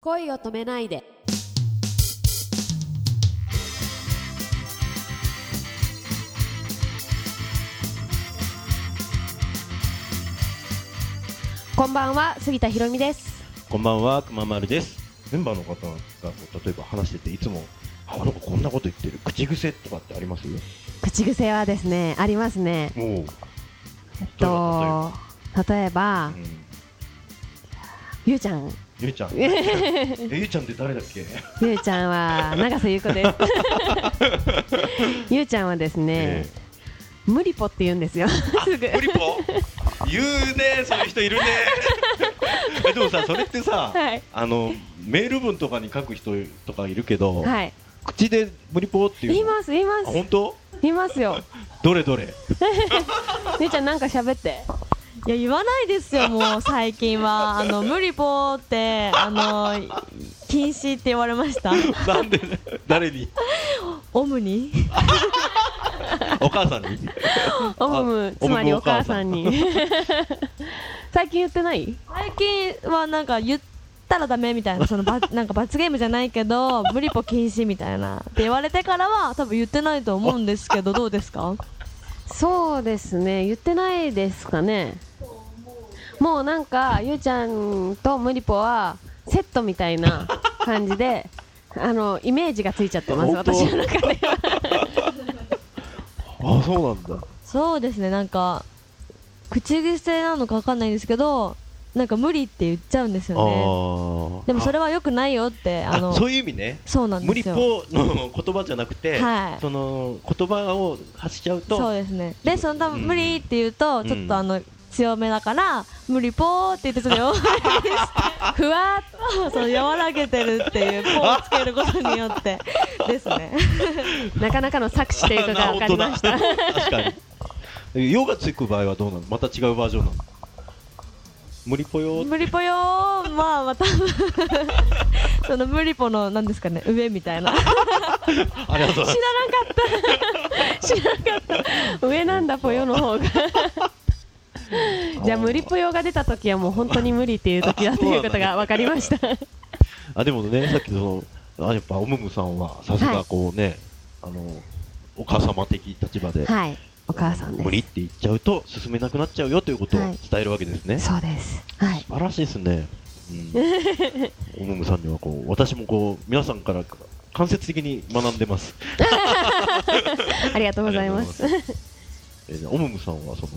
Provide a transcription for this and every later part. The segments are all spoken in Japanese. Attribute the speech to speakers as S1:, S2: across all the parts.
S1: 恋を止めないでこんばんは杉田ひろみです
S2: こんばんは、くままるです。メンバーの方が例えば話してて、いつも、あ、なんかこんなこと言ってる、口癖とかってあります
S1: 口癖はですねありますね
S2: おお。
S1: えっと例えば、
S2: うん
S1: ゆうちゃん
S2: ゆう ちゃん。えゆうちゃんって誰だっけ
S1: ゆうちゃんは永瀬優子ですゆうちゃんはですね、無理ぽって言うんですよすぐ
S2: ポリポ言うね、そういう人いるね。 えでもさ、それってさ、
S1: はい
S2: あの、メール文とかに書く人とかいるけど、
S1: はい
S2: 口で無理ぽっていうの。
S1: 言います言いま
S2: あ、
S1: す
S2: 本当
S1: 言いますよ
S2: どれど れ
S1: 姉ちゃんなんか喋って
S3: いや言わないですよもう最近はあの無理ぽーってあのい禁止って言われました
S2: なんで、誰に
S3: オムに
S2: お母さんに
S1: オムムつまりお母さんに 最近言ってない
S3: 最近はなんか言ったらダメみたいなそのば なんか罰ゲームじゃないけど無理ぽ禁止みたいなって言われてからは多分言ってないと思うんですけどどうですか
S1: そうですね言ってないですかねもうなんかゆうちゃんとムリポはセットみたいな感じ であのイメージがついちゃってます
S2: 本当
S1: 私の中 では
S2: あ、そうなんだ。
S3: そうですねなんか口癖なのかわかんないんですけどなんか無理って言っちゃうんですよね
S2: ああ。
S3: でもそれは良くないよってあの
S2: そういう意味ね。
S3: そうなん
S2: 無理
S3: です
S2: ぽ
S3: よ
S2: の言葉じゃなくて、
S3: はい
S2: その言葉を発しちゃう
S3: そう
S2: と、
S3: ですねでその多
S2: う
S3: 分
S2: ん
S3: 無理って言うと、ちょっ
S2: うん
S3: とあの強めだから無理ぽーって言ってそれを ふわっとその和らげてるっていうぽーをつけることによってですね
S1: なかなかの作詞ということが分かりました
S2: な確かに。用がつく場合はどうなの？また違うバージョンなの？無理ぽよー。
S3: 無理ぽよーまあまたその無理ぽのなんですかね上みたいな知ら
S2: ありがとうござい ま
S1: 知らなかった上なんだぽよの方がじゃあ無理ぽよが出た時はもう本当に無理っていう時だということが分かりました
S2: す。あでもね、さっきそのあやっぱおむむさんはさすがこうね、あのお母様的立場で、
S1: はいお母さんです
S2: 無理って言っちゃうと進めなくなっちゃうよということを
S1: はい
S2: 伝えるわけですね。
S1: そうですはい
S2: 素晴らしいですね。うん、おもむさんにはこう私もこう皆さんから間接的に学んでます。
S1: ありがとうございます
S2: ありがとうございます。えーおむむさんはその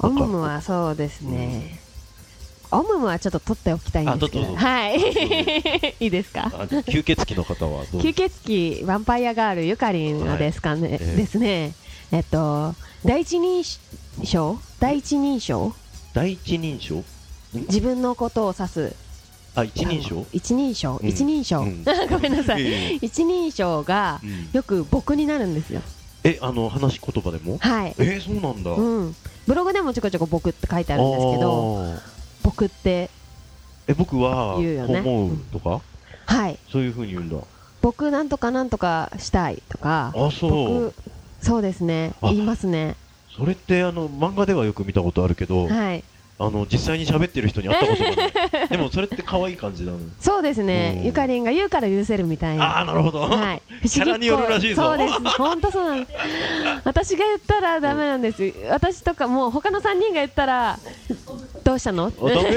S1: オムムはそうですね、オムムはちょっと取っておきたいんですけ
S2: あ
S1: ど
S2: どうぞどうぞ
S1: はいいいですか
S2: あ吸血鬼の方はどう
S1: 吸血鬼ヴァンパイアガールゆかりんはですかね、
S2: いええ
S1: ですねえっと第一人称第一人称
S2: 第一人称
S1: 自分のことを指す
S2: あ一人称
S1: 一人称
S2: うん
S1: 一人称、
S2: うん
S1: ごめんなさい、
S2: いえいえ
S1: 一人称が
S2: うん
S1: よく僕になるんですよ
S2: えあの話し言葉でも
S1: はい、
S2: えー、そうなんだ。
S1: うん、ブログでもちょこちょこ僕って書いてあるんですけど
S2: あー
S1: 僕って
S2: え僕は
S1: 言うよね
S2: 思うとか
S1: はい
S2: そういう風に言うんだ。
S1: 僕なんとかなんとかしたいとか
S2: あそう
S1: 僕。そうですね
S2: あ
S1: 言いますね
S2: それってあの漫画ではよく見たことあるけど、
S1: はい
S2: あの実際に喋ってる人に会ったことが ない。でもそれって可愛い感じなの。
S1: そうです
S2: う
S1: ね
S2: ん
S1: ゆかりんが言うから許せるみたい
S2: あ
S1: な
S2: あなるほど。
S1: はい
S2: キャラによるらしいぞ
S1: そうです本当そうなんです私が言ったらダメなんです私とかもう他の3人が言ったらどうしたの
S2: あダ
S1: ど
S2: メ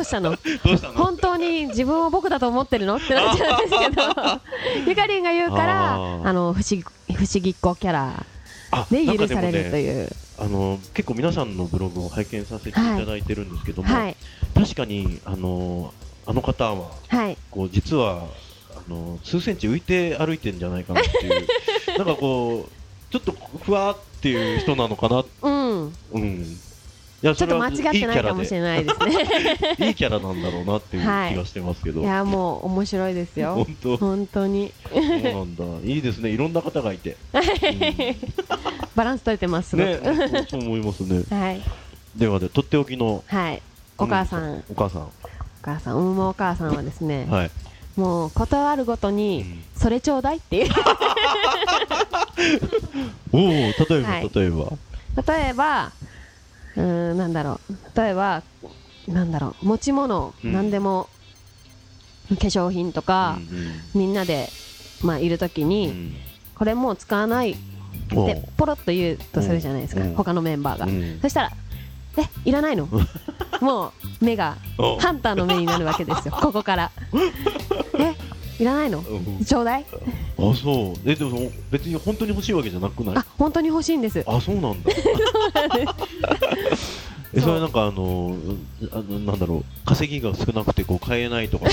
S1: うしたの
S2: どうしたの
S1: 本当に自分を僕だと思ってるのってなっちゃうんです けどゆかりんが言うから
S2: あー
S1: あの不思議不思議っ子キャラ
S2: あ
S1: で
S2: なん
S1: 許
S2: かで
S1: され
S2: も
S1: ると
S2: ね、
S1: いう
S2: あの結構皆さんのブログを拝見させていただいてるんですけども、
S1: はい
S2: 確かにあのあの方は
S1: はい
S2: こう実はあの数センチ浮いて歩いてんじゃないかなっていう なんかこうちょっとふわーっていう人なのかな
S1: うん
S2: うんいや
S1: ちょ
S2: そ
S1: っ
S2: れ
S1: と
S2: は
S1: 間違ってないかもしれないですね
S2: いいキャラでいいキャラなんだろうなっていう
S1: はい
S2: 気がしてますけど、
S1: いやもう面白いです よ
S2: 本当そう
S1: 本当に
S2: なんだいいですねいろんな方が いて、うん
S1: バランス取れてますすごく、
S2: ねそう思いますね
S1: はい
S2: ではでとっておきの
S1: はいお母さん、
S2: うんお母さん
S1: お母さんうんもお母さんはですね、
S2: はい。
S1: もうことあるごとに、それちょうだいっていう
S2: おお、例えば、
S1: はい
S2: 例えば。
S1: 例えばうーんなんだろう例えばなんだろう持ち物、
S2: うん
S1: 何でも化粧品とか、みんなで、まあ、いる時
S2: うん
S1: に、
S2: うん
S1: これもう使わないっ
S2: うんおう
S1: てポロッと言うとするじゃないですか、
S2: うん
S1: 他のメンバーが、
S2: うん
S1: そしたらえいらないのもう目が
S2: おう
S1: ハンターの目になるわけですよここからえいらないの
S2: うん
S1: ちょうだい
S2: あそうえでも別に本当に欲しいわけじゃなくない
S1: あ本当に欲しいんです
S2: あそうなんだ えそれはなんかあのうんあのなんだろう稼ぎが少なくてこう買えない とか
S1: い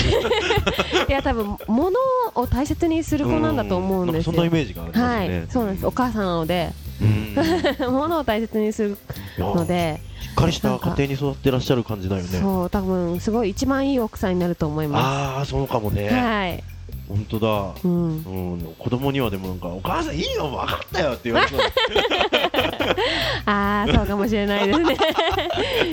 S1: や多分物を大切にする子なんだと思うんです
S2: なかそんなイ
S1: よ
S2: メージがありま
S1: は
S2: すね、
S1: い、そうなんですお母さんなので
S2: うん
S1: 物を大切にするので
S2: しっかりした家庭に育ってらっしゃる感じだよね
S1: そう多分すごい一番いい奥さんになると思いま
S2: ああそうかもね、
S1: すはい、
S2: 本当だ
S1: うん、
S2: うん、子供にはでもなんか「お母さんいいよ分かったよ」って言わ れそう
S1: ああそうかもしれないです ね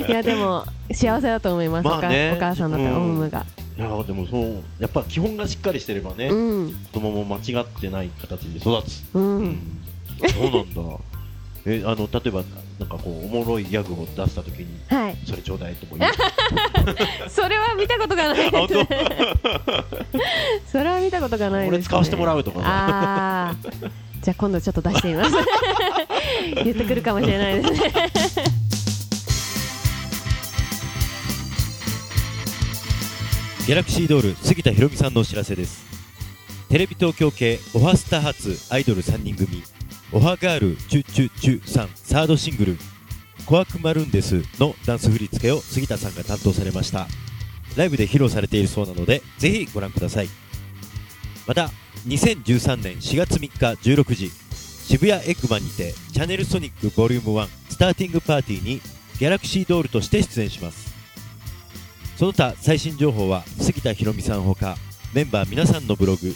S1: いやでも幸せだと思います、
S2: まあね
S1: お母お母さんだったら
S2: う
S1: オ
S2: ん
S1: ウムが
S2: いやーでもそうやっぱ基本がしっかりしてればね、
S1: うん
S2: 子供も間違ってない形で育つ、
S1: うん
S2: そうなんだえあの例えばなんかこうおもろいギャグを出した時に
S1: はい
S2: 「それちょうだい」とか言う
S1: それは見たことがないで
S2: あ本
S1: す
S2: 当
S1: ねそれは見たことがないです、ね、
S2: 俺使わせてもら
S1: う
S2: うとかさ
S1: ああじゃあ今度ちょっと出してみます 言ってくるかもしれないですね
S4: ギャラクシードール杉田博美さんのお知らせですテレビ東京系オファスター発アイドル3人組オファガールチュチュチュさんサードシングル「コアクマルンデス」のダンス振り付けを杉田さんが担当されましたライブで披露されているそうなのでぜひご覧くださいまた2013年4月3日16時渋谷エッグマンにてチャンネルソニックボリューム1スターティングパーティーにギャラクシードールとして出演しますその他最新情報は杉田ひろみさんほかメンバー皆さんのブログ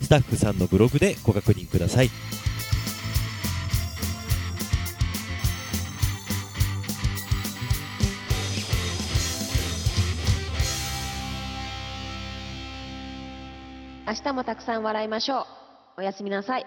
S4: スタッフさんのブログでご確認ください
S1: 明日もたくさん笑いましょうおやすみなさい